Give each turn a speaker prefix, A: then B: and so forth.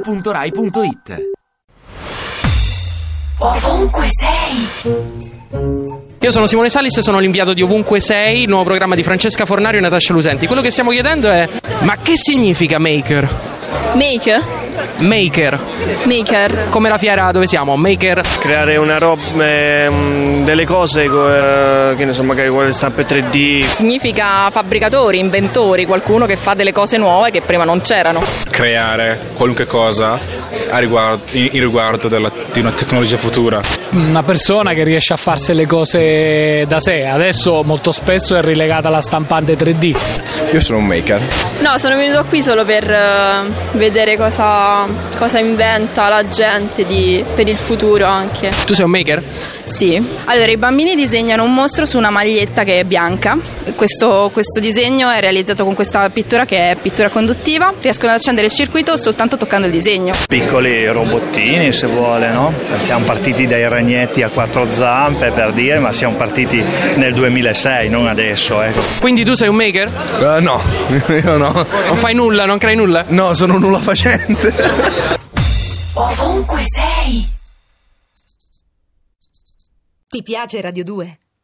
A: radio2pod.rai.it
B: Ovunque sei,
C: Io sono Simone Salis e sono l'inviato di Ovunque Sei, nuovo programma di Francesca Fornario e Natascia Lusenti. Quello che stiamo chiedendo è: ma che significa maker?
D: Make?
C: Maker,
D: Maker.
C: come la fiera dove siamo? Maker.
E: creare una roba, delle cose, eh, che ne so, magari con le stampe 3D,
D: Significa fabbricatori, inventori, qualcuno che fa delle cose nuove che prima non c'erano.
F: creare qualunque cosa a riguardo, in, in riguardo della- di una tecnologia futura.
G: una persona che riesce a farsi le cose da sé. Adesso molto spesso è rilegata alla stampante 3D.
H: Io sono un maker.
I: No, sono venuto qui solo per eh, vedere cosa, cosa inventa la gente di- per il futuro anche.
C: Tu sei un maker?
J: Sì, allora i bambini disegnano un mostro su una maglietta che è bianca. Questo, questo disegno è realizzato con questa pittura che è pittura conduttiva. Riescono ad accendere il circuito soltanto toccando il disegno.
E: piccoli robottini se vuole, no? Siamo partiti dai ragnetti a quattro zampe per dire, ma siamo partiti nel 2006, non adesso, ecco.
C: Quindi tu sei un maker?
H: Eh, no, io no.
C: Non fai nulla, non crei nulla?
H: No, sono un nulla facente.
B: ovunque sei.
K: Ti piace Radio 2?